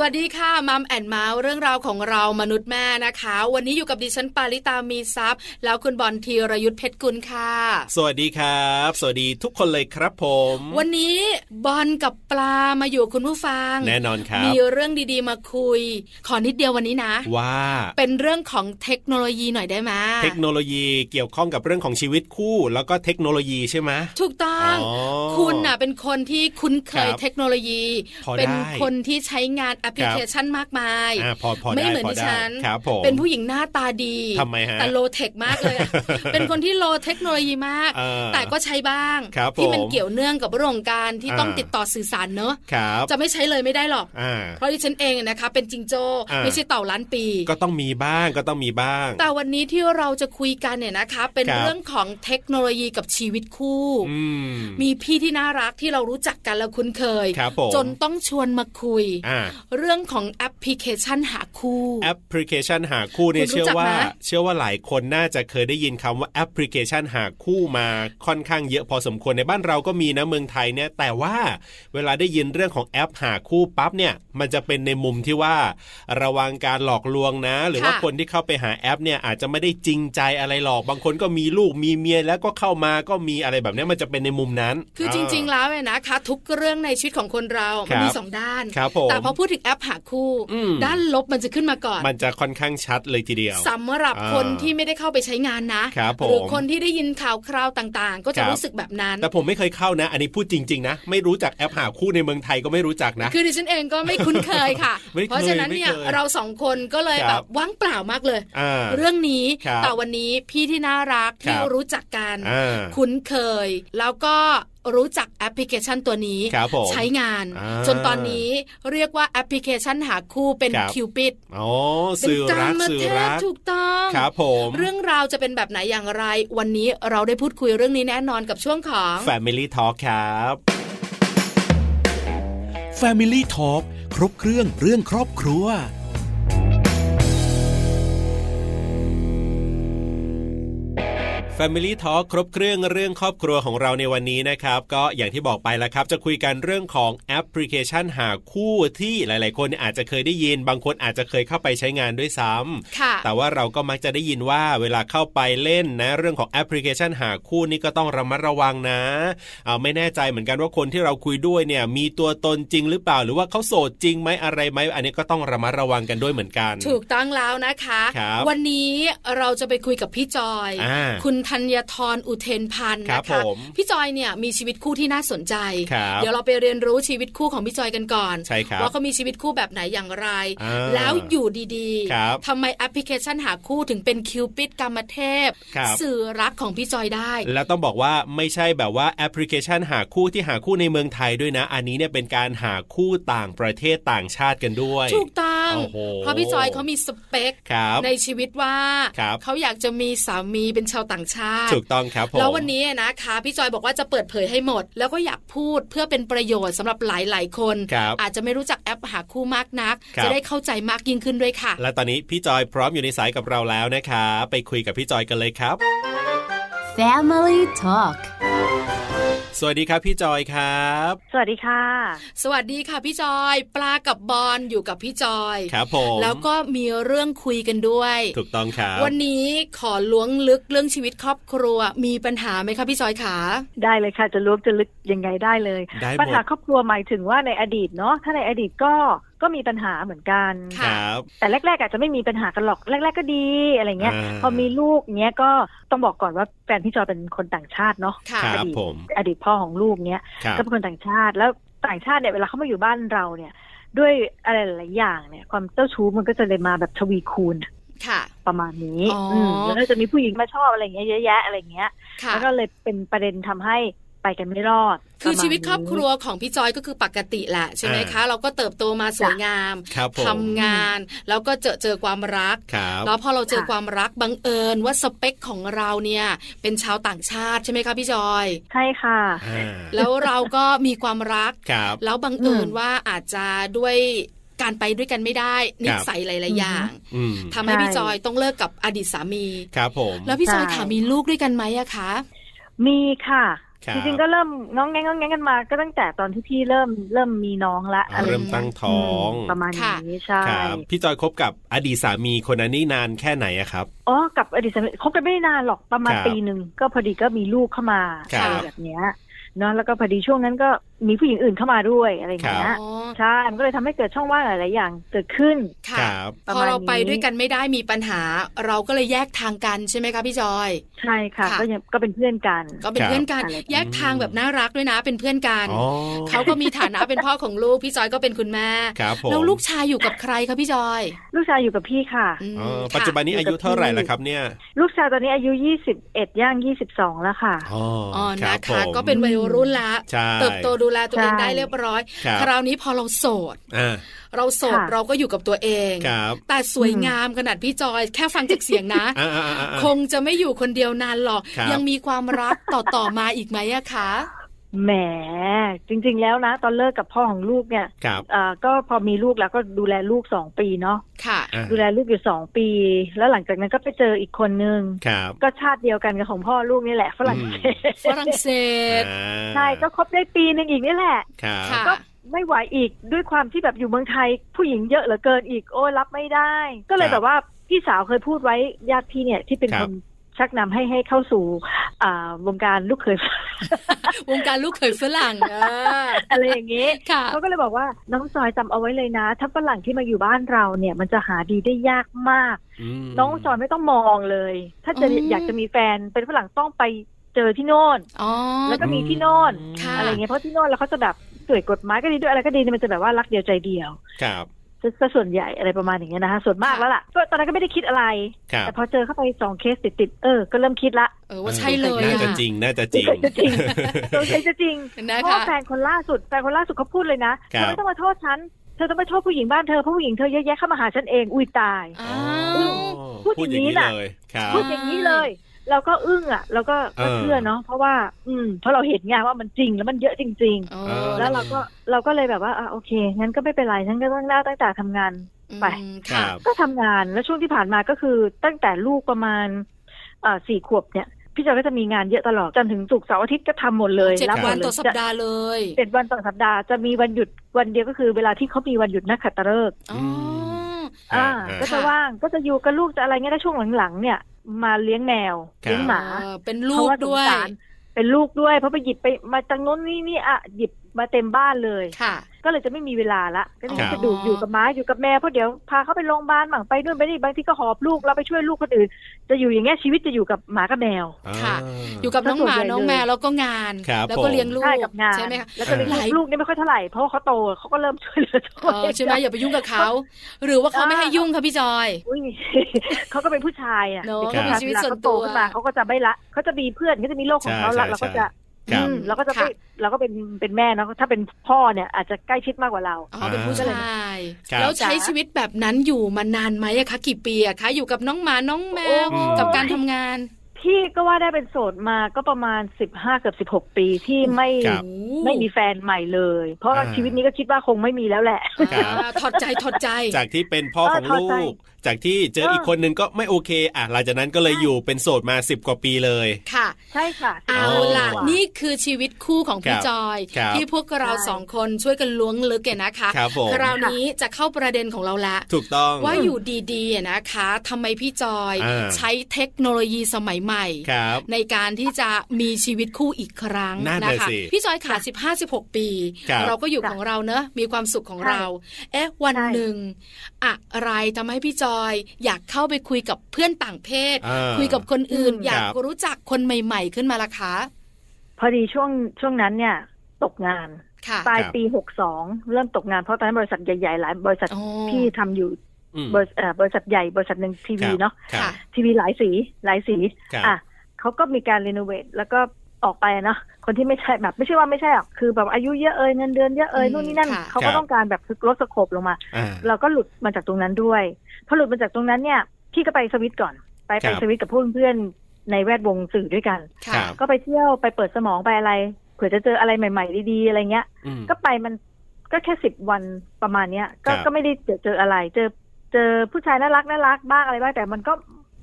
สวัสดีค่ะมัมแอนเมาส์เรื่องราวของเรามนุษย์แม่นะคะ วันนี้อยู่กับดิฉันปาริตามีซัพย์ แล้วคุณบอลธีรยุทธเพชรกุลค่ะ สวัสดีครับ สวัสดีทุกคนเลยครับผม วันนี้บอลกับปลามาอยู่คุณผู้ฟัง แน่นอนครับ มีเรื่องดีๆมาคุย ขอนิดเดียววันนี้นะ ว่า เป็นเรื่องของเทคโนโลยีหน่อยได้ไหม เทคโนโลยีเกี่ยวข้องกับเรื่องของชีวิตคู่ แล้วก็เทคโนโลยีใช่ไหม ถูกต้อง อ๋อ คุณน่ะเป็นคนที่คุ้นเคย ครับ เทคโนโลยี พอได้ เป็นคนที่ใช้งานแอปพลิเคชันมากมาย อ่าพอพอได้ ไม่เหมือน พอได้ ดิฉัน ครับผม เป็นผู้หญิงหน้าตาดี ทำไมฮะ แต่โลเทคมากเลยอะ เป็นคนที่โลเทคโนโลยีมาก เออ แต่ก็ใช้บ้าง ครับ ที่มัน ผม เกี่ยวเนื่องกับเรื่องของการที่ อ่า ต้องติดต่อสื่อสารเนอะ ครับ จะไม่ใช้เลยไม่ได้หรอก อ่า เพราะดิฉันเองนะคะเป็นจิงโจ้ อ่า ไม่ใช่เต่าล้านปี ก็ต้องมีบ้างก็ต้องมีบ้าง แต่วันนี้ที่เราจะคุยกันเนี่ยนะคะ เป็น ครับ เรื่องของเทคโนโลยีกับชีวิตคู่ อืม มีพี่ที่น่ารักที่เรารู้จักกันและคุ้นเคย ครับผม จนต้องชวนมาคุย อ่า เรื่องของแอปพลิเคชันหาคู่ แอปพลิเคชันหาคู่เนี่ย คุณรู้ เชื่อ จัก ว่า ไหม เชื่อว่าหลายคนน่าจะเคยได้ยินคำว่าแอปพลิเคชันหาคู่มาค่อนข้างเยอะพอสมควรในบ้านเราก็มีนะเมืองไทยเนี่ยแต่ว่าเวลาได้ยินเรื่องของแอปหาคู่ปั๊บเนี่ยมันจะเป็นในมุมที่ว่า ระวังการหลอกลวงนะ หรือว่า ค่ะ คนที่เข้าไปหาแอปเนี่ยอาจจะไม่ได้จริงใจอะไรหรอกบางคนก็มีลูกมีเมียแล้วก็เข้ามาก็มีอะไรแบบเนี้ยมันจะเป็นในมุมนั้น คือา จริง ๆ แล้วเนี่ยนะคะ ทุกเรื่องในชีวิตของคนเรา ค มั รั น บ มีสองด้าน ครับผม แต่พอพูดถึงแอปหาคู่ อืม ด้านลบมันจะขึ้นมาก่อน มันจะค่อนข้างชัดเลยทีเดียว สำหรับ อ่า คนที่ไม่ได้เข้าไปใช้งานนะครับ ผม หรือคนที่ได้ยินข่าวคราวต่างๆ ก็จะ ครับ รู้สึกแบบนั้น แต่ผมไม่เคยเข้านะ อันนี้พูดจริง ๆ นะ ไม่รู้จักแอปหาคู่ในเมืองไทยก็ไม่รู้จักนะ คือดิฉันเองก็ไม่คุ้นเคยค่ะ ไม่เคย เพราะฉะนั้นเนี่ย ไม่เคย เราสองคนก็เลย ครับ แบบว่างเปล่ามากเลย อ่า เรื่องนี้ ครับ แต่วันนี้พี่ที่น่ารักที่ ครับ รู้จักกัน อ่า คุ้นเคย แล้วก็รู้จักแอปพลิเคชันตัวนี้ ครับผม ใช้งาน อ่า จนตอนนี้เรียกว่าแอปพลิเคชันหาคู่เป็น ครับ คิวปิด อ๋อ เป็น สื่อ การ ั ร ก มา สื่อ เท รั ศ ก ถูกต้อง ครับผม เรื่องราวจะเป็นแบบไหนอย่างไร วันนี้เราได้พูดคุยเรื่องนี้แน่นอนกับช่วงของ แฟมิลี่ทอครับ Family Talk ครบเครื่องเรื่องครอบครัว Family Talk ครบเครื่องเรื่องครอบครัวของเราในวันนี้นะครับ ก็อย่างที่บอกไปแล้วครับ จะคุยกันเรื่องของแอปพลิเคชันหาคู่ที่หลาย ๆ คนอาจจะเคยได้ยิน บางคนอาจจะเคยเข้าไปใช้งานด้วยซ้ำ ค่ะ แต่ว่าเราก็มักจะได้ยินว่าเวลาเข้าไปเล่นนะ เรื่องของแอปพลิเคชันหาคู่นี่ก็ต้องระมัดระวังนะอ่าไม่แน่ใจเหมือนกันว่าคนที่เราคุยด้วยเนี่ย มีตัวตนจริงหรือเปล่า หรือว่าเขาโสดจริงไหมอะไรไหมอันนี้ก็ต้องระมัดระวังกันด้วยเหมือนกัน ถูกต้องแล้วนะคะ ครับ วันนี้เราจะไปคุยกับพี่จอย อ่า คุณธัญทรอุเทนพันธ์ ครับ นะ ผ คะ ม พี่จอยเนี่ยมีชีวิตคู่ที่น่าสนใจ ครับ เดี๋ยวเราไปเรียนรู้ชีวิตคู่ของพี่จอยกันก่อน ใช่ครับ ว่าเขามีชีวิตคู่แบบไหนอย่างไร อ่า แล้วอยู่ดี ครับ ทำไมแอปพลิเคชันหาคู่ถึงเป็นคิวปิดกามเทพ ครับ สื่อรักของพี่จอยได้ แล้วต้องบอกว่าไม่ใช่แบบว่าแอปพลิเคชันหาคู่ที่หาคู่ในเมืองไทยด้วยนะ อันนี้เนี่ยเป็นการหาคู่ต่างประเทศต่างชาติกันด้วย ถูกต้อง โอ้โห เพราะพี่จอยเขามีสเปค ครับ ในชีวิตว่า ครับ เขาอยากจะมีสามีเป็นชาวต่างชาติ ถูกต้องครับผม แล้ววันนี้นะคะพี่จอยบอกว่าจะเปิดเผยให้หมด แล้วก็อยากพูดเพื่อเป็นประโยชน์สำหรับหลาย ๆ คน ครับ อาจจะไม่รู้จักแอปหาคู่มากนัก ครับ จะได้เข้าใจมากยิ่งขึ้นด้วยค่ะ และตอนนี้พี่จอยพร้อมอยู่ในสายกับเราแล้วนะครับไปคุยกับพี่จอยกันเลยครับ Family Talk สวัสดีครับพี่จอยครับ สวัสดีค่ะ สวัสดีค่ะพี่จอย ปลากับบอลอยู่กับพี่จอย ครับผม แล้วก็มีเรื่องคุยกันด้วย ถูกต้องครับ วันนี้ขอล้วงลึกเรื่องชีวิตครอบครัว มีปัญหาไหมคะพี่จอยขา ได้เลยค่ะ จะลวกจะลึกยังไงได้เลย ได้หมด ปัญหาครอบครัวหมายถึงว่าในอดีตเนาะถ้าในอดีตก็ก็มีปัญหาเหมือนกัน ค่ะ ครับ แต่แรก ๆ อาจจะไม่มีปัญหากันหรอกแรก ๆ ก็ดีอะไรเงี้ย อ่า พอมีลูกเงี้ยก็ต้องบอกก่อนว่าแฟนพี่จอยเป็นคนต่างชาติเนาะ ค่ะ ค อ รับ ดีต ผม อดีตพ่อของลูกเนี้ย ครับ ก็เป็นคนต่างชาติแล้วต่างชาติเนี่ยเวลาเขามาอยู่บ้านเราเนี่ย ด้วยอะไรหลายๆอย่างเนี่ย ความเจ้าชู้มันก็จะเลยมาแบบทวีคูณ ค่ะ ประมาณนี้ อ๋ออื มแล้วก็จะมีผู้หญิงมาชอบอะไรเงี้ยเยอะแยะอะไรเงี้ย ค่ะ แล้วก็เลยเป็นประเด็นทำให้ไปกันไม่รอด คือ ประมาณ ชีวิตครอบครัว นี้ ของพี่จอยก็คือปกติแหละใช่ไหม อ่า คะ เราก็เติบโตมาสวยงาม ครับผม ทำงานแล้วก็เจอเจอความรัก ครับ แล้วพอเราเจอ ค่ะ ความรักบังเอิญว่าสเปคของเราเนี่ย เป็นชาวต่างชาติใช่ไหมคะพี่จอย ใช่ค่ะ อ่า แล้วเราก็มีความรัก ครับ แล้วบังเอิญ อืม ว่าอาจจะด้วยการไปด้วยกันไม่ได้นิสัยหลาย ๆ อย่าง อืม ทำให้ ใช่ พี่จอยต้องเลิกกับอดีตสามี ครับผม แล้วพี่จอย ใช่ ถามมีลูกด้วยกันไหมอะคะ มีค่ะ ครับ จริงๆก็เริ่มง้องแงงง้องแงงกันมา ก็ตั้งแต่ตอนที่พี่เริ่มเริ่มมีน้องละ อ่า อะไร เริ่มตั้งท้อง มประมาณ ค่ะ นี้ใช่ ครับพี่จอยคบกับอดีตสามีคนนั้นนี่นานแค่ไหนอะครับ อ๋อกับอดีตสามีคบกันไม่ได้นานหรอกประมาณ ครับ ปีหนึ่งก็พอดีก็มีลูกเข้ามา ครับ อะไรแบบเนี้ยเนาะแล้วก็พอดีช่วงนั้นก็มีผู้หญิงอื่นเข้ามาด้วยอะไรอย่าง ค เงี้ รั ย บ อ๋อ ใช่มันก็เลยทำให้เกิดช่องว่างหลายๆอย่างเกิดขึ้น ค่ะ ครับ ประ พอ มาณนี้ เราไปด้วยกันไม่ได้มีปัญหา เราก็เลยแยกทางกันใช่ไหมคะพี่จอย ใช่ค่ะ ค่ะ ก็ยังก็เป็นเพื่อนกัน ก็เป็น ครับ เพื่อนกัน อะไร แยกทางแบบน่ารักด้วยนะ เป็นเพื่อนกัน อ๋อ เขาก็มีฐานะเป็นพ่อของลูกพี่จอยก็เป็นคุณแม่ ครับผม แล้วลูกชายอยู่กับใครคะพี่จอย ลูกชายอยู่กับพี่ค่ะ ม อ๋อ ค่ะ ปัจจุบันนี้อายุเท่าไหร่แล้วครับเนี่ย ลูกชายตอนนี้อายุยี่สิบเอ็ดย่างยี่สิบสองแล้วค่ะ อ๋อ อ๋อ รั นะ บ คะ ผม ก็เป็นวัยรุ่นละ ใช่ เติบโตดูแลตัวเอง ใช่ ได้เรียบร้อย ครับ คราวนี้พอเราโสด อ่า เราโสด ค่ะ เราก็อยู่กับตัวเอง ครับ แต่สวยงามขนาดพี่จอย แค่ฟังจากเสียงนะ อ่าอ่าอ่าอ่า คงจะไม่อยู่คนเดียวนานหรอก ครับ ยังมีความรักต่อต่อๆมาอีกไหมอะคะ แหมจริง ๆ แล้วนะ ตอนเลิกกับพ่อของลูกเนี่ย ครับ เอ่อก็พอมีลูกแล้วก็ดูแลลูกสองปีเนาะ ค่ะ อ่า ดูแลลูกอยู่สองปี แล้วหลังจากนั้นก็ไปเจออีกคนนึง ครับ ก็ชาติเดียวกันกับของพ่อลูกนี่แหละฝรั่งเศส ฝรั่งเศส อ่า ใช่ก็คบได้ปีหนึ่งอีกนี่แหละ ครับ ค่ะ ก็ไม่ไหวอีกด้วยความที่แบบอยู่เมืองไทย ผู้หญิงเยอะเหลือเกินอีกโอ้ยรับไม่ได้ ก็เลย ค แบ รับบ ว่าพี่สาวเคยพูดไว้ญาติพี่เนี่ยที่เป็น ครั ค บ นชักนำให้ให้เข้าสู่อ่าวงการลูกเขย วงการลูกเขยฝรั่งเออ อะไรอย่างนี้ ค่ะ เขาก็เลยบอกว่าน้องจอยจำเอาไว้เลยนะ ถ้าฝรั่งที่มาอยู่บ้านเราเนี่ย มันจะหาดีได้ยากมาก ม น้องจอยไม่ต้องมองเลย ถ้าจะ อืม อยากจะมีแฟนเป็นฝรั่งต้องไปเจอที่โน่น อ๋อ แล้วก็มีที่โน่น ค่ะ อะไรเงี้ยเพราะที่โน่นแล้วเขาจะแบบด้วยกฎหมายก็ดีด้วยอะไรก็ดีเนี่ยมันจะแบบว่ารักเดียวใจเดียว ครับ ซะซะส่วนใหญ่อะไรประมาณอย่างเงี้ยนะคะส่วนมากแล้วล่ะก็ตอนนั้นก็ไม่ได้คิดอะไร ครับ แต่พอเจอเข้าไปสองเคสติดติดๆเออก็เริ่มคิดละ เออว่าใช่เลย น่า อะ จะจริง น่าจะจริง จะจริง ตรงใจจะจริง นะคะ เพราะว่าแฟนคนล่าสุดแฟนคนล่าสุดเขาพูดเลยนะครับ เธอไม่ต้องมาโทษฉันเธอต้องไปโทษผู้หญิงบ้านเธอเพราะผู้หญิงเธอเยอะแยะเข้ามาหาฉันเองอุ้ยตาย อ้าว พูดอย่างนี้น่ะ เลยครับ พูดอย่างนี้เลย เราก็อึ้งอ่ะเราก็ เออ เชื่อเนาะเพราะว่า อืมเพราะเราเห็นไงว่ามันจริงแล้วมันเยอะจริง เออ ๆ แล้วเราก็เราก็เลยแบบว่าอ่ะโอเคงั้นก็ไม่เป็นไรฉันก็ตั้งหน้าตั้งแต่ทำงาน ไป อืม ค ค่ะ รับ ก็ทำงานแล้วช่วงที่ผ่านมาก็คือตั้งแต่ลูกประมาณเอ่อสี่ขวบเนี่ยพี่จอยก็จะมีงานเยอะตลอดจนถึงศุกร์เสาร์อาทิตย์ก็ทำหมดเลย เจ็ด รับหม วัน เลย ต่อสัปดาห์เลย เจ็ดวันต่อสัปดาห์จะมีวันหยุดวันเดียวก็คือเวลาที่เขามีวันหยุดนักขัตฤกษ์ อ๋อ อ่า อ่า ก็จะว่างก็จะอยู่กับลูกจะอะไรเงี้ยแล้วช่วงหลังๆ เนี่ย มาเลี้ยงแมว ครับ เลี้ยงหมา เออเป็น เพ ลู ราะ ก ว่าสง ด้วย สารเป็นลูกด้วยเพราะไปหยิบไปมาจากโน้นนี่นี่อ่ะหยิบมาเต็มบ้านเลย ค่ะ ก็เลยจะไม่มีเวลาละก็เลย ครับ จะดูอยู่กับหม้าอยู่กับแมวเพราะเดี๋ยวพาเขาไปโรงพยาบาลบ้างไปนู่นไปนี่บางทีก็หอบลูกเราไปช่วยลูกคนอื่น จะอยู่อย่างเงี้ยชีวิตจะอยู่กับหมากับแมว ค่ะ อ่า อยู่กับน้องหมา ก็ส่วนใหญ่เลย น้องแมวแล้วก็งาน ครับ แล้ว ผ ก็ ม เลี้ยงลูก ใช่กับงาน ใช่ไหมคะ แล้วก็เลี้ยง ห ลู ลาก ย ลูกเนี่ยไม่ค่อยเท่าไหร่เพราะว่าเขาโตเขาก็เริ่มช่วยเหลือตัว เอ เอ อง ใช่ไหมอย่าไปยุ่งกับเขาหรือว่าเขาไม่ให้ยุ่งค่ะพี่จอย อุ้ย เขาก็เป็นผู้ชายอ่ะ เนอะ ด็ก ก็มี ผู้ชย ชีวิต เา ส่วน เขาโต ตัว ขึ้นมาเขาก็จะไม่ละเขาจะมีเพื่อนเขาจะมีโลกของเขาละ ใช่ เราก็ ใช่ จะ ครับ อืมเราก็จะไม่ ค่ะ เราก็เป็นเป็นแม่เนาะถ้าเป็นพ่อเนี่ย อาจจะใกล้ชิดมากกว่าเรา อ๋อเป็นผู้ชาย ครับ แล้วใช้ชีวิตแบบนั้นอยู่มานานไหมอะคะกี่ปีอะคะอยู่กับน้องหมาน้องแมว โอ้ กับการทำงาน พี่ก็ว่าได้เป็นโสดมาก็ประมาณสิบห้าเกือบสิบหกปีที่ไม่ ครับ โอ้ ไม่มีแฟนใหม่เลย เพราะว่า อ่า ชีวิตนี้ก็คิดว่าคงไม่มีแล้วแหละ ครับ อ่าถอดใจถอดใจ จากที่เป็นพ่อ เออ ของ เข้า ลู ใจ ก จากที่เจอ เอออี อีกคนนึงก็ไม่โอเค อ่ะหลังจากนั้นก็เลยอยู่เป็นโสดมา 10 กว่าปีเลย ค่ะ ใช่ค่ะ เอาล่ะ สิบกว่ นี่คือชีวิตคู่ของพี่ ครับ จอย ครับ ที่พวกเรา ใช่ สองคนช่วยกันล้วงลึกเนี่ยนะคะ ครับผม วนี้จะเข้าประเด็นของเราละ ถูกต้อง ว่าอยู่ดีๆอะนะคะทำไมพี่จอย อ่า ใช้เทคโนโลยีสมัยใหม่ ครับ ในการที่จะมีชีวิตคู่อีกครั้ง นั่นน่ะ นะคะ สิ พี่จอยขา15 16 ปี ครับ เราก็อยู่ของเราเนอะมีความสุขของเรา เอ๊ะวัน ใช่ หนึ่งอะไรทำให้พี่จอยอยากเข้าไปคุยกับเพื่อนต่างเพศ อ่า คุยกับคนอื่น อืม อยาก ครับ รู้จักคนใหม่ ๆ ขึ้นมาละคะ พอดีช่วงช่วงนั้นเนี่ย ตกงาน ค่ะ ปลาย ครับ ปีหกสองเริ่มตกงานเพราะตอนนั้นบริษัทใหญ่ๆหลายบริษัท อ๋อ พี่ทำอยู่ อืม บริษัทเอ่อบริษัทใหญ่บริษัทหนึ่งทีวีเนาะ ครับ ค่ะ ทีวีหลายสีหลายสี ครับ อ่ะเขาก็มีการรีโนเวทแล้วก็ออกไปเนาะคนที่ไม่ใช่แบบไม่ใช่ว่าไม่ใช่หรอกคือแบบอายุเยอะเอ่ยเงินเดือนเยอะเอ่ย อืม นู่นนี่นั่น ค่ะ เขาก็ ครับ ต้องการแบบคือลดสโคบลงมา อ่า เราก็หลุดมาจากตรงนั้นด้วยพอหลุดมาจากตรงนั้นเนี่ยพี่ก็ไปสวิตก่อน ไป ครั ไป บ สวิตกับเพื่อนๆในแวดวงสื่อด้วยกัน ครั ค่ะ บ ก็ไปเที่ยวไปเปิดสมองไปอะไรเผื่อจะเจออะไรใหม่ ๆ ดีๆอะไรเงี้ย อืม ก็ไปมันก็แค่สิบวันประมาณเนี้ย ก็ ครับ ก็ไม่ได้เจอเจออะไร เจอเจอผู้ชายน่ารักน่ารักบ้างอะไรบ้างแต่มันก็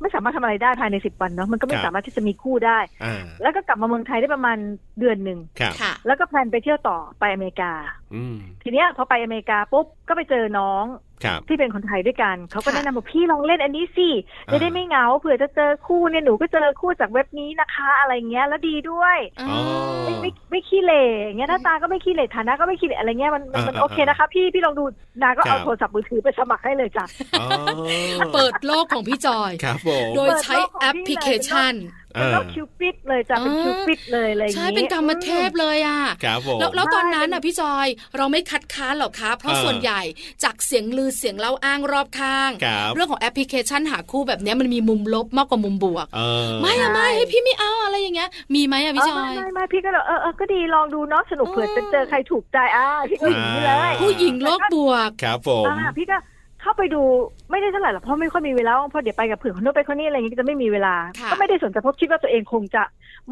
ไม่สามารถทำอะไรได้ภายในสิบวันเนาะมันก็ไม่ ครับ สามารถที่จะมีคู่ได้ อ่า แล้วก็กลับมาเมืองไทยได้ประมาณเดือนหนึ่ง ครับ ค่ะ แล้วก็แพลนไปเที่ยวต่อไปอเมริกา อืม ทีเนี้ยพอไปอเมริกาปุ๊บก็ไปเจอน้อง ครับ ที่เป็นคนไทยด้วยกันเขาก็ ค่ะ แนะนำบอกพี่ลองเล่นอันนี้สิจะได้ไม่เหงาเผื่อจะเจอคู่เนี่ยหนูก็เจอคู่จากเว็บนี้นะคะ อะไรเงี้ยแล้วดีด้วย อ๋อ อ๋อ ไม่ไม่ขี้เหร่อย่างเงี้ยหน้าตาก็ไม่ขี้เหร่ฐานะก็ไม่ขี้เหร่อะไรเงี้ยมันมันมัน อ่าๆๆ โอเคนะคะพี่พี่ลองดูนาก็ครัเอาบ โทรศัพท์มือถือไปสมัครให้เลยจ้ะ อ๋อ เปิดโลกของพี่จอย ครับผม โดยใช้แอปพลิเคชัน อ่า แล้วคิวปิดเลยจ้ะเป็น อ่า คิวปิดเลยอะไรอย่าง ใช่ งี้ เป็นกรรมเทพ อืม เลยอ่ะ ครับผม แล้วแล้วตอนนั้นน่ะพี่จอยเราไม่คัดค้านหรอกคะเพราะ เออ ส่วนใหญ่จากเสียงลือเสียงเล่าอ้างรอบข้าง ครับ เรื่องของแอปพลิเคชันหาคู่แบบเนี้ยมันมีมุมลบมากกว่ามุมบวก เออ ไม่อะไม่ ใช่ ให้พี่ไม่เอาอะไรอย่างเงี้ย มีไหมอะพี่จ เอ อ อย ไม่ไม่ไม่พี่ก็เลยเออเออก็ดีลองดูเนาะสนุก อืม เผื่อจะเจอใครถูกใจอ่าพี่ก็อย่างนี้เลย ไม่ ผู้หญิงโลกบวก ครับผม อ่าพี่ก็เข้าไปดูไม่ได้เท่าไหร่หรอกเพราะไม่ค่อยมีเวลาเพราะเดี๋ยวไปกับเผื่อนคนนู้นไปคนนี้อะไรอย่างงี้ก็จะไม่มีเวลา ค่ะ ก็ไม่ได้สนใจเพราะคิดว่าตัวเองคงจะ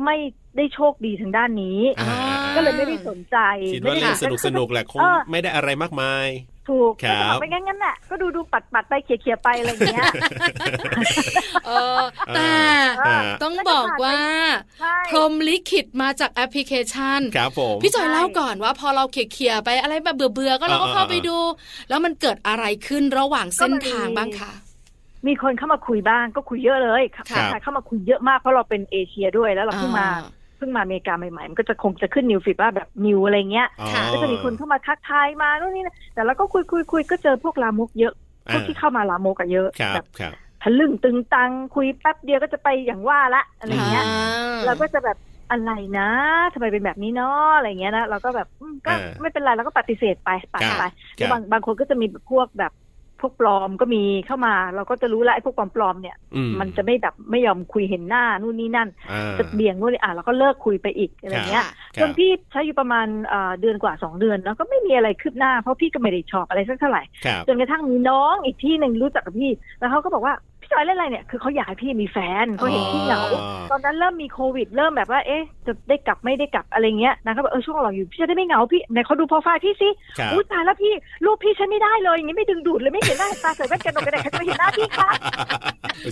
ไม่ได้โชคดีทางด้านนี้ อ่า ก็เลยไม่ได้สนใจ คิดว่า ไม่ไ เล่นสนุกสนุกๆแหละคง เออ ไม่ได้อะไรมากมาย ถูก ครับ ก็สมัไปงั้นงั้นแหละก็ดูดูปัดปัดไปเขี่ยเขี่ยไปอะไรอย่างเงี้ย เออแต่ เออ ต้องบอกว่า ใช่ พรหมลิขิตมาจากแอปพลิเคชัน ครับผม พี่จอย ใช่ เล่าก่อนว่าพอเราเขี่ยๆไปอะไรแบบเบื่อๆก็เราก็ อ่าๆๆ เข้าไปดู แล้วมันเกิดอะไรขึ้นระหว่างเส้นทางบ้างคะ มีคนเข้ามาคุยบ้างก็คุยเยอะเลยค่ะ ครับ เข้ามาคุยเยอะมากเพราะเราเป็นเอเชียด้วยแล้วเราเพิ่งมา อ่ เพิ่งมาอเมริกาใหม่ๆ มันก็จะคงจะขึ้นนิวฟีดว่าแบบนิวอะไรเงี้ย อ๋อ ค่ะ ก็จะมีคนเข้ามาทักทายมาโน่นนี่นะแต่เราก็คุยคุยคุยก็เจอพวกลามกเยอะพวกที่เข้ามาลามกอะเยอะ ครับ แบบ ครับ ทะลึ่งตึงตังคุยแป๊บเดียวก็จะไปอย่างว่าละอะไร อ่า เงี้ยเราก็จะแบบอะไรนะทำไมเป็นแบบนี้เนาะอะไรเงี้ยนะเราก็แบบอืมก็ อ่า ไม่เป็นไรเราก็ปฏิเสธไปปัด ครับ ไป ครั แล้ว บ บางบางคนก็จะมีแบบพวกแบบพวกปลอมก็มีเข้ามา เราก็จะรู้ละไอ้พวกปลอมปลอมๆเนี่ย อื มันจะไม่แบบไม่ยอมคุยเห็นหน้านู่นนี่นั่น อ่า จะเบี่ยงนู่นนี่อ่ะเราก็เลิกคุยไปอีกอะไรเงี้ย ค่ะ ค จ รับ นพี่ใช้อยู่ประมาณเอ่อเดือนกว่าสองเดือนแล้วก็ไม่มีอะไรคืบหน้าเพราะพี่ก็ไม่ได้ชอบอะไรสักเท่าไหร่ ครับ จนกระทั่งมีน้องอีกที่หนึ่งรู้จักกับพี่ แล้วเขาก็บอกว่าพี่จอยเล่นอะไรเนี่ยคือเขาอยากให้พี่มีแฟนเขาเห็นพี่เหงา อ๋อ ตอนนั้นเริ่มมีโควิด เริ่มแบบว่าเอ๊ะจะได้กลับไม่ได้กลับอะไรเงี้ยนะเขาบอกเออช่วงเราอยู่พี่จะได้ไม่เหงาพี่ไหนเขาดูโปรไฟล์พี่สิ ครับ อุ้ยตายแล้วพี่รูปพี่ฉันไม่ได้เลยอย่างนี้ไม่ดึงดูดเลยไม่เห็นหน้าตาใส่แว่นกันหนกกระแดกฉันไม่เห็นหน้าพี่ค่ะ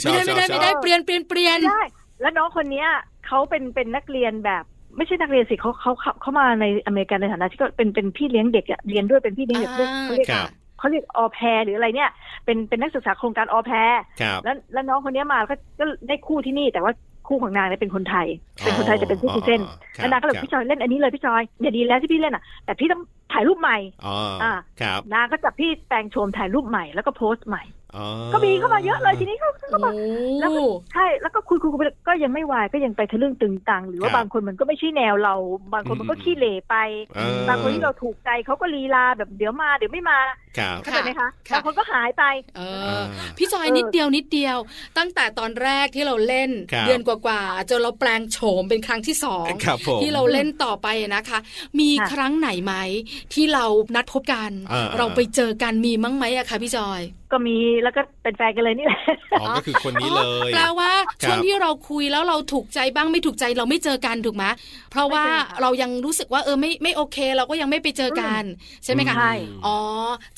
ชอบ ไม่ได้ไม่ได้ ชอบ ไม่ได้ ชอบ เปลี่ยนเปลี่ยนเปลี่ยน ไม่ได้แล้วน้องคนเนี้ยเขาเป็นเป็นนักเรียนแบบไม่ใช่นักเรียนสิเขาเขาเขาเขามาในอเมริกันในฐานะที่เขาเป็นเป็นพี่เลี้ยงเด็กอะเรียนด้วยเป็นพี่เลี้ยงเด็กด้วย อ่าคเขาเรียกรับ เขาเรียกออแพรหรืออะไรเนี่ย เป็นเป็นนักศึกษาโครงการออแพร ครับ แล้วแล้วน้องคนเนี้ยมาก็ก็ได้คู่ที่นี่ แต่ว่าคู่ของนางเนี่ยเป็นคนไทย เป็นคนไทยจะเป็นซิติเซน อ๋อ แล้วนางก็เลย ครับ พี่จอยเล่นอันนี้เลยพี่จอยอย่าดีแล้วที่พี่เล่นอ่ะแต่พี่ต้องถ่ายรูปใหม่ อ๋ออา ครับ นางก็จับพี่แปลงโฉมถ่ายรูปใหม่แล้วก็โพสต์ใหม่ อ๋อ ก็มีเข้ามาเยอะเลยทีนี้เขาเขาก็มา โอ้ แล้วก็ใช่ แล้วก็คุยคุยคุยไปก็ยังไม่วายก็ยังไปทะลึ่งตึงตัง หรือว่าบางคนมันก็ไม่ใช่แนวเรา บางคนมันก็ขี้เหร่ไป เออบ างคนที่เราถูกใจเขาก็ลีลาแบบเดี๋ยวมาเดี๋ยวไม่มา ครับ เข้าใจไหมคะบางคนก็หายไป เออ พี่จอยนิดเดียวนิดเดียว ตั้งแต่ตอนแรกที่เราเล่น ครับ เดือนกว่าๆจนเราแปลงโฉมเป็นครั้งที่สอง ครับผม ที่เราเล่นต่อไปนะคะ มี ค่ะ ครั้งไหนไหมที่เรานัดพบกัน อ่า เราไปเจอกันมีมั้งไหมอะคะพี่จอย ก็มีแล้วก็เป็นแฟนกันเลยนี่แหละ อ๋อก็คือคนนี้เลย แปลว่า ครับ ช่วงที่เราคุยแล้วเราถูกใจบ้างไม่ถูกใจเราไม่เจอกันถูกไหมเพราะว่า ไม่เจอค่ะ เรายังรู้สึกว่าเออไม่ไม่โอเค เราก็ยังไม่ไปเจอกัน ใช่ไหมคะ ใช่ อ๋อ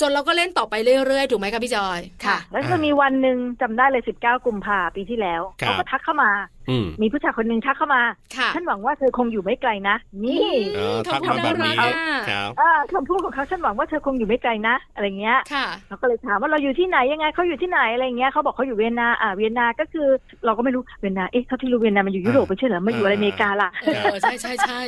จนเราก็เล่นต่อไปเรื่อยๆ ถูกไหมคะพี่จอย แล้วก็มีวันหนึ่งจำได้เลย 19 กุมภาปีที่แล้ว ครับ เขาก็ทักเข้ามา อืม มีผู้ชายคนหนึ่งทักเข้ามา ค่ะ ฉันหวังว่าเธอคงอยู่ไม่ไกลนะ นี่ เออ ขอ ทัก คุณ มาแบบนี้ รัก ค อะ รับ เออคำพูดของเขาฉันหวังว่าเธอคงอยู่ไม่ไกลนะอะไรเงี้ย ค่ะ เราก็เลยถามว่าเราอยู่ที่ไหนยังไงเขาอยู่ที่ไหนอะไรอย่างเงี้ยเขาบอกเขาอยู่เวียนนาอ่าเวียนนาก็คือ เราก็ไม่รู้เวียนนาเอ๊ะเท่าที่รู้เวียนนามันอยู่ยุโรปไม่ใช่เหรอมาอยู่อะไรอเมริกาล่ะ เออใช่ใช่ใช่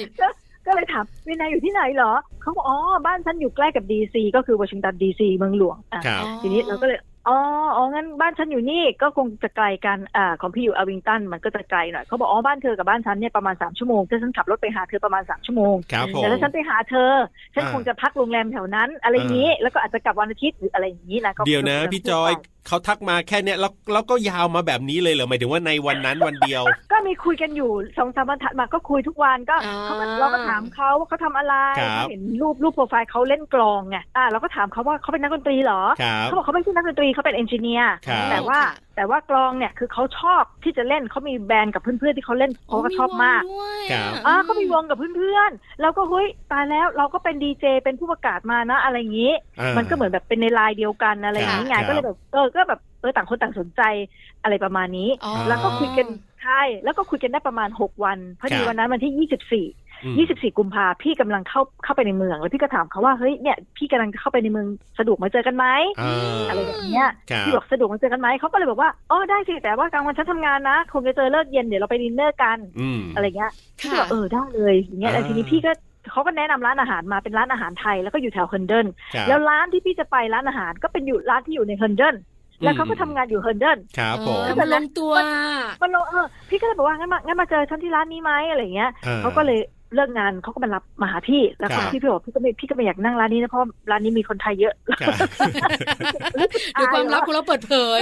ก็เลยถามเวียนนาอยู่ที่ไหนเหรอเขาบอกอ๋อบ้านฉันอยู่ใกล้กับดีซีก็คือวอชิงตันดีซีเมืองหลวงอ่ะ ครับ ทีนี้เราก็เลยอ๋ออ๋องั้นบ้านฉันอยู่นี่ก็คงจะไกลกันอ่าของพี่อยู่อาวิงตันมันก็จะไกลหน่อยเขาบอกอ๋อบ้านเธอกับบ้านฉันเนี่ยประมาณสามชั่วโมงถ้าฉันขับรถไปหาเธอประมาณสามชั่วโมง ครับผม แต่ถ้าฉันไปหาเธอ ฉัน อ่า คงจะพักโรงแรมแถวนั้น อะไรอย่างนี้ แล้วก็อาจจะกลับวันอาทิตย์หรืออะไรอย่างนี้นะก็ เดี๋ยวนะ พี่จอยเขาทักมาแค่เนี้ยแล้วแล้วก็ยาวมาแบบนี้เลยเหรอหมายถึงว่าในวันนั้นวันเดียว ก็มีคุยกันอยู่สองสามวันถัดมาก็คุยทุกวันก็เขาก็เราก็ถามเขาว่าเขาทำอะไร ครับ เขาเห็นรูปรูปโปรไฟล์เขาเล่นกลองไงอ่าเราก็ถามเขาว่าเขาเป็นนักดนตรีเหรอ ครับ เขาบอกเขาไม่ใช่นักดนตรีเขาเป็นเอนจิเนียร์ ครับ แต่ว่าแต่ว่ากลองเนี่ยคือเขาชอบที่จะเล่นเขามีแบนด์กับเพื่อนๆที่เขาเล่นเขาก็ชอบมาก โอ้วงด้วย ครับ อ่าก็มีวงกับเพื่อนๆเราก็เฮ้ยตายแล้วเราก็เป็นดีเจเป็นผู้ประกาศมานะอะไรอย่างนี้ อ่า มันก็เหมือนแบบเป็นในไลน์เดียวกันอะไรอย่างนี้ไง ครับ ก็เลยแบบเออก็แบบเ ออต่างคนต่างสนใจอะไรประมาณนี้ อ๋อ แล้วก็คุยกันใช่แล้วก็คุยกันได้ประมาณ 6 วันพอคดีรับ วันนั้นวันที่ 24 อืม 24 กุมภาพี่กำลังเข้าเข้าไปในเมือง แล้วพี่ก็ถามเขาว่าเฮ้ยเนี่ยพี่กำลังจะเข้าไปในเมืองสะดวกมาเจอกันไหม อ่า อะไรแบบเนี้ย ครับ พี่บอกสะดวกมาเจอกันไหมเขาก็เลยบอกว่าอ๋อได้สิแต่ว่ากลางวันฉันทำงานนะคงจะเจอเลิกเย็นเดี๋ยวเราไปดินเนอร์กัน อืม อะไรเงี้ยพี่ก็ ค่ะ บอกเออได้เลยอย่างเงี้ย อ่า แล้วทีนี้พี่ก็เขาก็แนะนำร้านอาหารมาเป็นร้านอาหารไทยแล้วก็อยู่แถวเฮนเดิล ครับ แล้วร้านที่พี่จะไปร้านอาหารก็เป็นอยู่ร้านที่อยู่ในเฮนเดิลแล้วเขาก็ทำงานอยู่เฮนเดิล ครับผ เอ ม อมันลงตัว มันลงเออพี่ก็เลยบอกว่างั้นมางั้นมาเจอฉันที่ร้านนี้ไหมอะไรเงี้ย อ่ เขาก็เลยเลิกงานเขาก็มารับมาหาพี่แล้ว ครับเขาพี่พี่บอกพี่ก็ไม่พี่ก็ไม่อยากนั่งร้านนี้นะเพราะร้านนี้มีคนไทยเยอะ ครับ เดี๋ยวความลับของเราเปิดเผย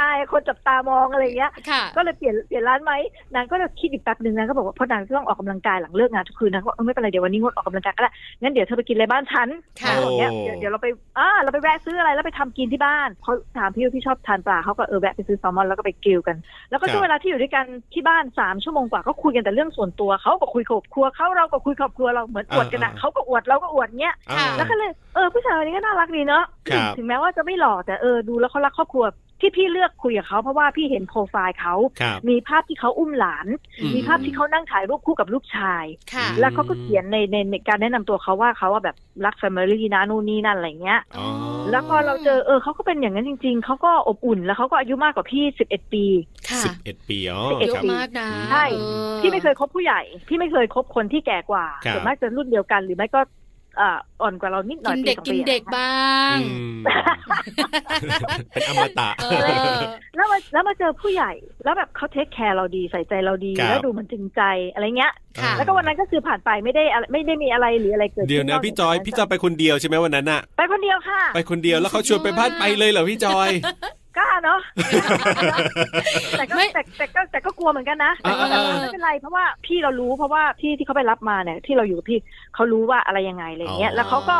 อายคนจับตามองอะไรเงี้ย ค่ะ ก็เลยเปลี่ยนเปลี่ยนร้านไหมนางก็เลยคิดอีกแป๊บหนึ่งนางก็บอกว่าเพราะนางต้องออกกำลังกายหลังเลิกงานทุกคืนนางก็บอกเออไม่เป็นไรเดี๋ยววันนี้งดออกกำลังกายก็ได้งั้นเดี๋ยวเธอไปกินอะไรบ้านฉัน ค่ะ บอกเนี้ยเดี๋ยวเดี๋ยวเราไปอ่าเราไปแวะซื้ออะไรแล้วไปทำกินที่บ้านเขาถามพี่ว่าพี่ชอบทานปลาเขาก็เออแวะไปซื้อแซลมอนแล้วก็ไปกิลกัน แล้วก็ช่ครัวง บ เวลาที่อยู่ด้วยกันที่บ้านสามชั่วโมงกว่าก็คุยกันแต่เรื่องส่วนตัวเขาก็คุยครอบครัวเขาเราก็คุยครอบครัวเราเหมือนอวดกันนะเขาก็อวดเราก็อวดเนี้ย อ่า ค่ะ แล้วก็เลยเออผู้ชายคนนี้ก็น่ารักดีเนาะ ครับ ถึงแม้ว่าจะไม่หล่อแต่เออดูแล้วเขารักครอบครัวที่พี่เลือกคุยกับเขาเพราะว่าพี่เห็นโปรไฟล์เขา ครับ มีภาพที่เขาอุ้มหลาน อืม มีภาพที่เขานั่งถ่ายรูปคู่กับลูกชาย ค่ะ แล้วเขาก็เขียนในในในการแนะนำตัวเขาว่าเขาว่าแบบรักแฟมิลี่นะนู่นนี่นั่นอะไรเงี้ย อ๋อ แล้วพอเราเจอเออเขาก็เป็นอย่างนั้นจริง ๆ เขาก็อบอุ่นแล้วเขาก็อายุมากกว่าพี่11ปี ค่ะ สิบเอ็ดปีอ๋อ เย ครั อะ บ มากนะ ใช่ เออ พี่ไม่เคยคบผู้ใหญ่ พี่ไม่เคยคบคนที่แก่กว่า ครับ ส่วนมากจะรุ่นเดียวกันหรือไม่ก็อ่าอ่อนกว่าเรานิดหน่อ กิ ย น ปี เด็ก สอง กิน ปี เด็กบ้าง อืมเป็นอมตะ เออ แล้วมาแล้วมาเจอผู้ใหญ่ แล้วแบบเขาเทคแคร์เราดีใส่ใจเราดี ครับ แล้วดูเหมือนจริงใจอะไรเงี้ย ค่ะ แล้วก็วันนั้นก็คือผ่านไปไม่ได้อะไรไม่ได้มีอะไรหรืออะไรเกิดขึ้น เดี๋ยวนะ กห พี่จอย จากนั้น พี่จอยไปคนเดียวใช่ไหมวันนั้นอะ ไปคนเดียวค่ะ ไปคนเดียวแล้วเขาชวนไปบ้านไปเลยเหรอพี่จอย กล้าเนาะ แต่ก็ ไม่ แต่แต่ก็แต่ก็กลัวเหมือนกันนะแต่ก็แบบว่า เออ ไม่เป็นไรเพราะว่าพี่เรารู้เพราะว่าพี่ที่เขาไปรับมาเนี่ยที่เราอยู่กับพี่เขารู้ว่าอะไรยังไงอะไรเงี้ อ๋อยแล้วเขาก็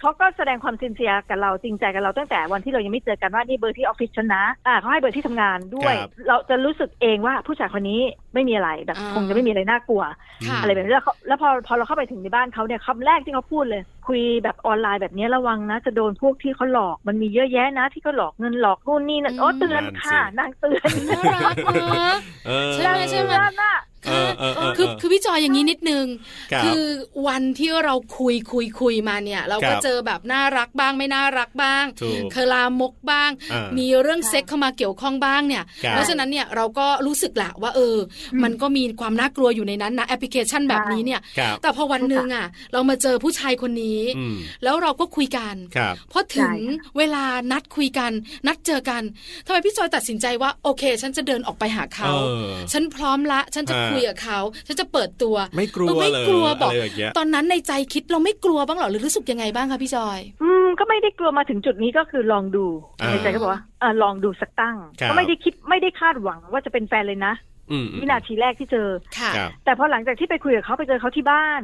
เขาก็แสดงความจริงใจกับเราจริงใจกับเราตั้งแต่วันที่เรายังไม่เจอกันว่านี่เบอร์ที่ออฟฟิศฉันนะอ่าเขาให้เบอร์ที่ทำงานด้วย ครับ เราจะรู้สึกเองว่าผู้ชายคนนี้ไม่มีอะไรแบบ อ่า คงจะไม่มีอะไรน่ากลัว ค่ะ อะไรแบบนี้แล้วเขาแล้วพอพอเราเข้าไปถึงในบ้านเขาเนี่ยคำแรกที่เขาพูดเลย คุยแบบออนไลน์แบบนี้ระวังนะ จะโดนพวกที่เขาหลอกมันมีเยอะแยะนะ ที่เขาหลอกเงินหลอกนู่นนี่นั่น อืม โอ้เตือนค่ะนางเตือน น่ารักนะ เออ ใช่ไหมใช่ไหม เตือนน่ะ เออเออเออ คือคือพี่จอยอย่างนี้นิดนึง ครับ คือวันที่เราคุยคุยคุยมาเนี่ย เรา ครั ก็ บ เจอแบบน่ารักบ้างไม่น่ารักบ้าง ถูก เคยลามกบ้าง อ่ามีมีเรื่องเซ็กเข้ามาเกี่ยวข้องบ้างเนี่ย ครับ เพราะฉะนั้นเนี่ยเราก็รู้สึกแหละว่าเอออมันก็มีความน่ากลัวอยู่ในนั้นนะแอปพลิเคชันแบบนี้เนี่ย ครับ แต่พอวันหนึ่งอ่ะ เรามาเจอผู้ชายคนนี้ อืม แล้วเราก็คุยกัน ครับ พอถึงเวลานัดคุยกัน นัดเจอกันทำไมพี่จอยตัดสินใจว่าโอเค ฉันจะเดินออกไปหาเขา เออ ฉันพร้อมละ ฉันจะ อ่า คุยกับเขา ฉันจะเปิดตัว ไม่กลัว เออไม่ เลย กลัว อะ บอก ไรอย่างเงี้ย ตอนนั้นในใจคิดเราไม่กลัวบ้างเหรอหรือรู้สึกยังไงบ้างคะพี่จอย อืมก็ไม่ได้กลัวมาถึงจุดนี้ก็คือลองดู อ่า ในใจก็บอกว่าเออลองดูสักตั้ง ครับ ก็ไม่ได้คิดไม่ได้คาดหวังว่าจะเป็นแฟนเลยนะ อืม วินาทีแรกที่เจอ ค่ะ ครับ แต่พอหลังจากที่ไปคุยกับเขาไปเจอเขาที่บ้าน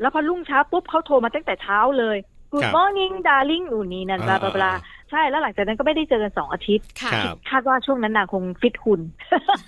แล้วพอรุ่งเช้าปุ๊บเขาโทรมาตั้งแต่เช้าเลย ครั Good บ morning darling อูนี่นั่นบลาบลาบลาใช่แล้วหลังจากนั้นก็ไม่ได้เจอกันสองอาทิตย์ ค่ะ ครับ คาดว่าช่วงนั้นนางคงฟิตหุ่น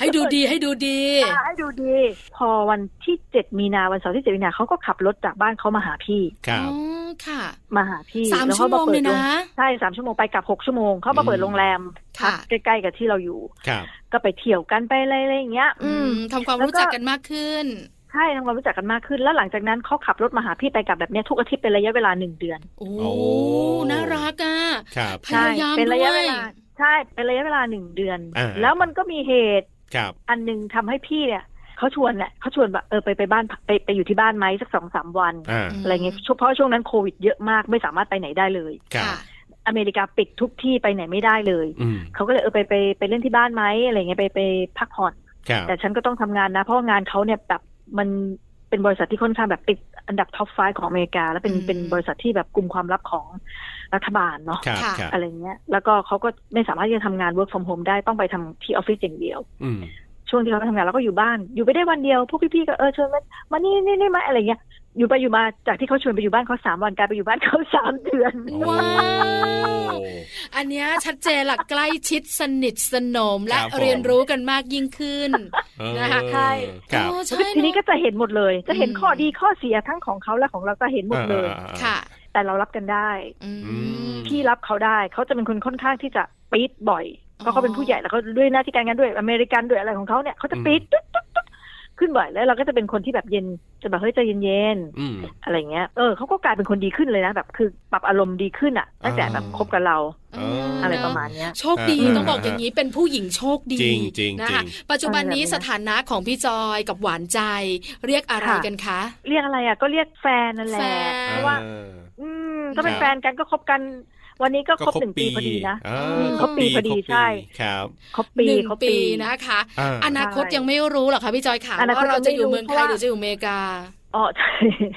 ให้ดูดีให้ดูดี อ่าให้ดูดี พอวันที่เจ็ดมีนาวันเสาร์ที่เจ็ดมีนาเขาก็ขับรถจากบ้านเขามาหาพี่ ครับ อ๋อ ค่ะ มาหาพี่ สาม แล้ว ชั่ ขาว โมง ปิด เลยนะ ใช่สามชั่วโมงไปกลับหกชั่วโมงเขามาเปิด อืม โรงแรม ค่ะ ใกล้ๆกับที่เราอยู่ ครับ ก็ไปเที่ยวกันไปอะไรๆอย่างเงี้ย อื อื ม ม ทำความ แล้วก็ รู้จักกันมากขึ้น ใช่ทำความรู้จักกันมากขึ้น แล้วหลังจากนั้นเขาขับรถมาหาพี่ไปกลับแบบเนี้ยทุกอาทิตย์เป็นระยะเวลาหนึ่งเดือน โอ้ น่ารักอ่ะ ครับ พ ใช่ ยายาม เป็น ด้ ระยะ ว เวย ลาใช่เป็นระยะเวลาหนึ่งเดือน อ่า แล้วมันก็มีเหตุ ครับ อันหนึ่งทำให้พี่เนี่ยเขาชวนแหละเขาชวนแบบเออไปไปบ้านไปไปอยู่ที่บ้านไหมสักสองสามวัน อ่า อะไรเงี้ยช่วงเพราะช่วงนั้นโควิดเยอะมากไม่สามารถไปไหนได้เลย ครับ ค่ะ อเมริกาปิดทุกที่ไปไหนไม่ได้เลย อืม เขาก็เลยเออไปไปไปเล่นที่บ้านไหมอะไรเงี้ยไปไปพักผ่อน ครับ แต่ฉันก็ต้องทำงานนะ เพราะว่างานเขาเนี่ยแบบมันเป็นบริษัทที่ค่อนข้างแบบติดอันดับท็อปไฟของอเมริกา และเป็น อืม เป็นบริษัทที่แบบกลุ่มความลับของรัฐบาลเนาะ ครับ ค่ะ ครับ อะไรเงี้ยแล้วก็เขาก็ไม่สามารถที่จะทำงาน work from home ได้ต้องไปทำที่ออฟฟิศอย่างเดียว อืม ช่วงที่เขาทำงานเราก็อยู่บ้าน อยู่ไปได้วันเดียวพวกพี่ๆก็เออชวนมามานี่นี่นี่มาอะไรเงี้ยอยู่ไปอยู่มาจากที่เขาชวนไปอยู่บ้านเขาสามวันกลายไปอยู่บ้านเขา สามเดือน ว้าว อันเนี้ยชัดเจนหลั กใกล้ชิดสนิทสนมและ ครับผม เรียนรู้กันมากยิ่งขึ้น เออ นะคะ ใช่ ครับ โอ้ใช่ ทีนี้ก็ เอะ จะเห็นหมดเลย จะเห็นข้อดี อืม ข้อเสียทั้งของเขาและของเราจะเห็นหมดเลย ค่ะ แต่เรารับกันได้ อื อื ม ม พี่รับเขาได้เขาจะเป็นคนค่อนข้างที่จะปี๊ดบ่อยเพ อ๋อ ราะเขาเป็นผู้ใหญ่แล้วเขาด้วยหน้าที่การงานด้วยอเมริกันด้วยอะไรของเขาเนี่ยเขาจะ อืม ปี๊ดตุ๊ดตุ๊ดตุ๊ดขึ้นบ่อยแล้วเราก็จะเป็นคนที่แบบเย็นจะแบบเฮ้ยใจเย็น อืม ๆอะไรเงี้ยเออเขาก็กลายเป็นคนดีขึ้นเลยนะแบบคือปรับอารมณ์ดีขึ้นอ่ะตั้งแต่แบบคบกับเรา เอออ อะไรประมาณเนี้ย โชคดี อ่า ต้องบอกอย่างนี้เป็นผู้หญิงโชคดี จริงจริง นะ จริ คะ ง ปัจจุบันนี้ เออ สถานะของพี่จอยกับหวานใจ เรียกอะไรกันคะ เรียกอะไรอ่ะก็เรียกแฟนนั่นแห แฟ ละ น เพราะว่า เออ อืมก็เป็น ครับ แฟนกันก็คบกัน วันนี้ก็ ก็คครบรบ หนึ่งปี ปี พอดีนะ อ่า อืมครบปีพอคดีรบปี ใช่ ครับ ครบปี หนึ่ง ครบ ปี ปี นะคะ อ่า อนาคตยังไม่รู้หรอกคะพี่จอยค่ะ อนาค ว่า ต เราจะอยู่ ยังไม่รู้ เมืองไท เพ ย ราะว่า หรือจะอยู่อเมริกา อ๋อ ใช่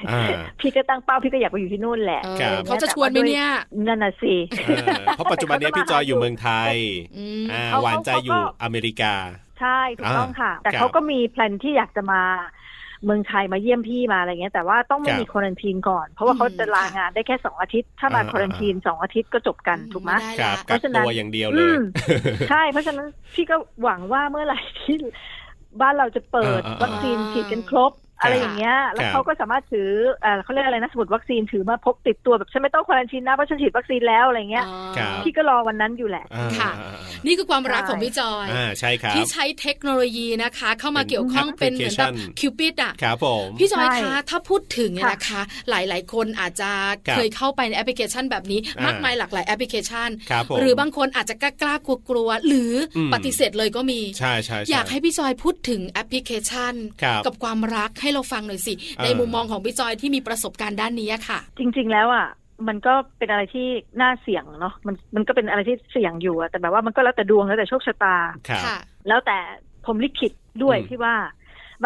อ่า พี่ก็ตั้งเป้าพี่ก็อยากไปอยู่ที่นู่นแหละ เอ ครั อบ เขาจะชวนไหมเนี่ย นั่นน่ะสิ เออเพราะปัจจุบันเนี้ยพี่จอยอยู่เมืองไทย อืม อ่า เขา หวานใจ เขาก็ อยู่อเมริกา ใช่ถูกต้องค่ะ แต่ ครับ เขาก็มีแพลนที่อยากจะมาเมืองไทยมาเยี่ยมพี่มาอะไรเงี้ยแต่ว่าต้องไม่ ครับ มีควอรันทีนก่อน เพราะว่าเขาจะ อืม ลางานได้แค่สองอาทิตย์ ถ้ามา อ่า ควอรันทีนสองอาทิตย์ก็จบกันถูกไหม ด้ ค ละ รับ เพ กัก ราะฉะนั้น ตัวอย่างเดียวเล อื ย มใช่ เพราะฉะนั้นพี่ก็หวังว่าเมื่อไหร่ที่บ้านเราจะเปิด อ่าๆๆ วัคซีนฉีดกันครบ ครับ อะไรอย่างเงี้ย แล้ว ครับ เขาก็สามารถถือเอ่อเขาเรียกอะไรนะสมุดวัคซีนถือมาพกติดตัวแบบฉันไม่ต้องควอรันทีนนะเพราะฉันฉีดวัคซีนแล้วอะไรเงี้ย อ๋อ ครับ พี่ก็รอวันนั้นอยู่แหละ อ่า ค่ะ นี่คือความรักของพี่จอย อ่าใช่ครับ ที่ใช้เทคโนโลยีนะคะ เข้ามาเกี่ยวข้องเป็เป็น น เห แอ มื ป อ พลิ น เคแบชัน บคิวปิดอ่ะ ครับผม พี่จอย ใช่ คะถ้าพูดถึงเนี่ย ค่ะ นะคะ หลาย ๆ คนอาจจะเคยเข้าไปในแอปพลิเคชันแบบนี้ อ่าม มากมายหลากหลายแอปพลิเคชัน ครับผม หรือบางคนอาจจะกล้ากลัวกลัวๆหรืออ ม ปฏิเสธเลยก็มี ใช่ใช่ช่ อยากให้พี่จอยพูดถึงแอปพลิเคชัน ครับ กับความรักให้เราฟังหน่อยสิ ออ ในมุมมองของพี่จอยที่มีประสบการณ์ด้านนี้อะค่ะ จริง ๆ แล้วอ่ะมันก็เป็นอะไรที่น่าเสี่ยงเนาะมันมันก็เป็นอะไรที่เสี่ยงอยู่อะแต่แบบว่ามันก็แล้วแต่ดวงแล้วแต่โชคชะตา ครับ ค่ะ แล้วแต่ผมลิขิตด้วย อืม ที่ว่า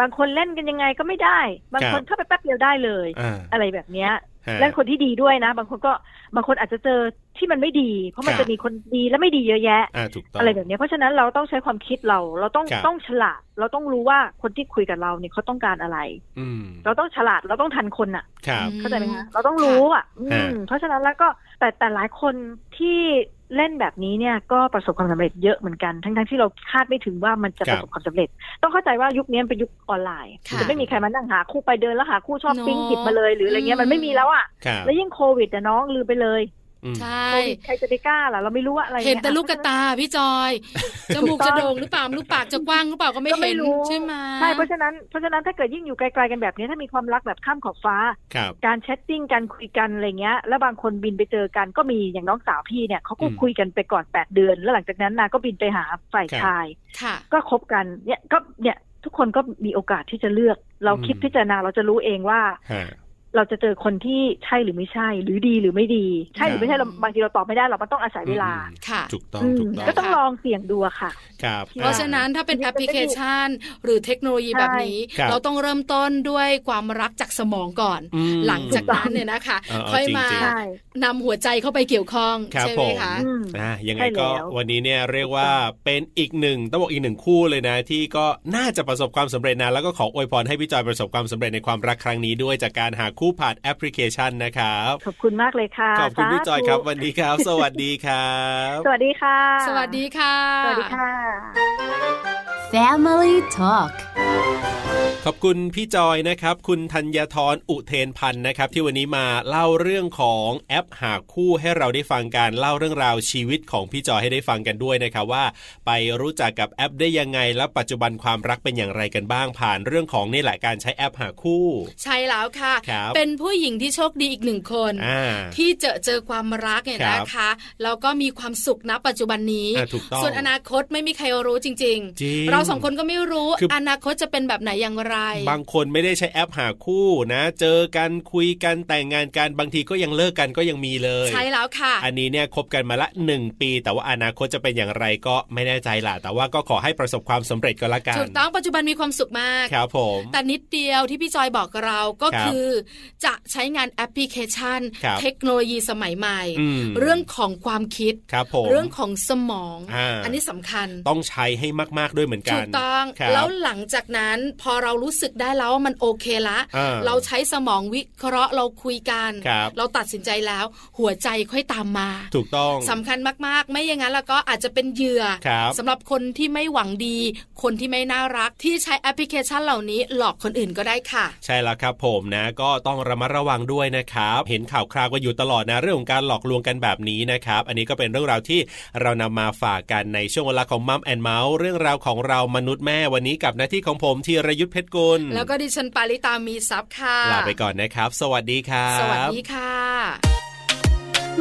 บางคนเล่นกันยังไงก็ไม่ได้ บาง ครับ คนเข้าไปแป๊บเดียวได้เลย อ่า อะไรแบบเนี้ย ฮะ และคนที่ดีด้วยนะ บางคนก็บางคนอาจจะเจอที่มันไม่ดี เพราะมัคนรับ จะมีคนดีและไม่ดีเยอะแยะ อ่าถูกต้อง อะไรแบบเนี้ยเพราะฉะนั้นเราต้องใช้ความคิดเรา เราต้อง ครับ ต้องฉลาด เราต้องรู้ว่าคนที่คุยกับเราเนี่ยเขาต้องการอะไร อืม เราต้องฉลาดเราต้องทันคนอะ ครับ อืม เข้าใจไหมคะเราต้องรู้อ่ะ ฮะ อืมเพราะฉะนั้นแล้วก็แต่แต่หลายคนที่เล่นแบบนี้เนี่ยก็ประสบความสำเร็จเยอะเหมือนกัน ทั้งๆที่เราคาดไม่ถึงว่ามันจะประสบความสำเร็จ ต้องเข้าใจว่ายุคนี้มันเป็นยุคออนไลน์ ค่ะ จะไม่มีใครมานั่งหาคู่ไปเดินแล้วหาคู่ชอบ เนอะ ปิ้งหยิบมาเลยหรืออะไรเงี้ยมันไม่มีแล้วอ่ะ ครับ แล้วยิ่งโควิดอะน้องลืมไปเลย อืม ใช่ โควิดใครจะไปกล้าล่ะเราไม่รู้ว่าอะไร เห็น ย แต่ลูกกระตาพี่จอย จมูกจะโด่งหรือเปล่าไม่รู้ปากจะกว้างหรือเปล่าก็ไม่ ก็ เห็ ไม่ น รู้ ใช่ไหม ใช่เพราะฉะนั้นเพราะฉะนั้นถ้าเกิดยิ่งอยู่ไกลๆกันแบบนี้ถ้ามีความรักแบบข้ามขอบฟ้า ครับ การแชทติ้งการคุยกันอะไรเงี้ย แล้วบางคนบินไปเจอกันก็มีอย่างน้องสาวพี่เนี่ยเขาก็ อืม คุยกันไปก่อนแปดเดือน แล้วหลังจากนั้นนาก็บินไปหาฝ่าย ครับ ชาย ค่ะ ก็คบกันเนี่ยก็เนี่ยทุกคนก็มีโอกาสที่จะเลือก เรา อืม คิดพิจารณาเราจะรู้เองว่า ฮะ เราจะเจอคนที่ใช่หรือไม่ใช่ หรือดีหรือไม่ดี ใช่หรือไม่ใช่ ครับ เราบางทีเราตอบไม่ได้เรามันต้องอาศัยเวลา อืม ค่ะ ถูกต้อง อืม ถูกต้อง ก็ต้องลองเสี่ยงดูอะค่ะ ครับ เพ เพราะฉะนั้น อ่ ถ้าเป็นแอปพลิเคชัน หรือเทคโนโลยี ใช่ แบบนี้ ครับ เราต้องเริ่มต้นด้วยความรักจากสมองก่อน อืม หลังจากนั้นเนี่ยนะคะ เออเออ ค่อยมา จริง ใช่ นำหัวใจเข้าไปเกี่ยวข้อง ครับ ใช่ไหมผม คะ อืม อ่ะยังไง ใช่แล้ว ก็วันนี้เนี่ยเรียกว่าเป็นอีกหนึ่งต้องบอกอีกหนึ่งคู่เลยนะ ที่ก็น่าจะประสบความสำเร็จนะ แล้วก็ขออวยพรให้พี่จอยประสบความสำเร็จในความรักครั้งนี้ด้วยจากการหาคู่ผ่านแอปพลิเคชันนะครับ ขอบคุณมากเลยค่ะ ขอบคุณพี่จอย สาธุ ครับ วันนี้ครับ สวัสดีครับ สวัสดีค่ะ สวัสดีค่ะ สวัสดีค่ะ Family Talk ขอบคุณพี่จอยนะครับ คุณธัญทรอุเทนพันธ์นะครับ ที่วันนี้มาเล่าเรื่องของแอปหาคู่ให้เราได้ฟังการเล่าเรื่องราวชีวิตของพี่จอยให้ได้ฟังกันด้วยนะครับว่า ไปรู้จักกับแอปได้ยังไง และปัจจุบันความรักเป็นอย่างไรกันบ้างผ่านเรื่องของนี่แหละการใช้แอปหาคู่ ใช่แล้วค่ะ ครับ เป็นผู้หญิงที่โชคดีอีกหนึ่งคน อ่า ที่เจอเจอความรักเนี่ย ครับ นะคะแล้วก็มีความสุขนะปัจจุบันนี้ อ่ะถูกต้อง ส่วนอนาคตไม่มีใครรู้จริง จริง ๆ เราสองคนก็ไม่รู้ คืออ อนาคตจะเป็นแบบไหนอย่างไร บางคนไม่ได้ใช้แอปหาคู่นะ เจอกันคุยกันแต่งงานกันบางทีก็ยังเลิกกันก็ยังมีเลย ใช่แล้วค่ะ อันนี้เนี่ยคบกันมาละ 1 ปี แต่ว่าอนาคตจะเป็นอย่างไรก็ไม่แน่ใจล่ะ แต่ว่าก็ขอให้ประสบความสำเร็จก็แล้วกัน ถูกต้องปัจจุบันมีความสุขมาก ครับผม แต่นิดเดียวที่พี่จอยบอกเราก็ ครับ คือจะใช้งานแอปพลิเคชัน ครับ เทคโนโลยีสมัยใหม่ อืม เรื่องของความคิด ครับผม เรื่องของสมอง อ่า อันนี้สำคัญ ต้องใช้ให้มาก ๆ ด้วยเหมือนกั ถู น กต้อง ครับ แล้วหลังจากนั้นพอเรา รู้สึกได้แล้วว่ามันโอเคละ อ่า เราใช้สมองวิเคราะห์เราคุยกัน ครับ เราตัดสินใจแล้ว หัวใจค่อยตามมา ถูกต้อง สำคัญมาก ๆ ไม่อย่างนั้นแล้วก็อาจจะเป็นเหยื่อ ครับ สำหรับคนที่ไม่หวังดี คนที่ไม่น่ารักที่ใช้แอปพลิเคชันเหล่านี้หลอกคนอื่นก็ได้ค่ะ ใช่แล้วครับผมนะก็ต้องระมัดระวังด้วยนะครับ เห็นข่าวคราวกันอยู่ตลอดนะเรื่องของการหลอกลวงกันแบบนี้นะครับ อันนี้ก็เป็นเรื่องราวที่เรานำมาฝากกันในช่วงเวลาของมัมแอนเมาส์เรื่องราวของเรามนุษย์แม่วันนี้กับหน้าที่ของผมธีรยุทธเพชรกุล แล้วก็ดิฉันปาริตามีซับค่ะ ลาไปก่อนนะครับ สวัสดีครับ สวัสดีค่ะ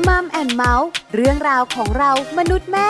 มัมแอนเมาส์เรื่องราวของเรามนุษย์แม่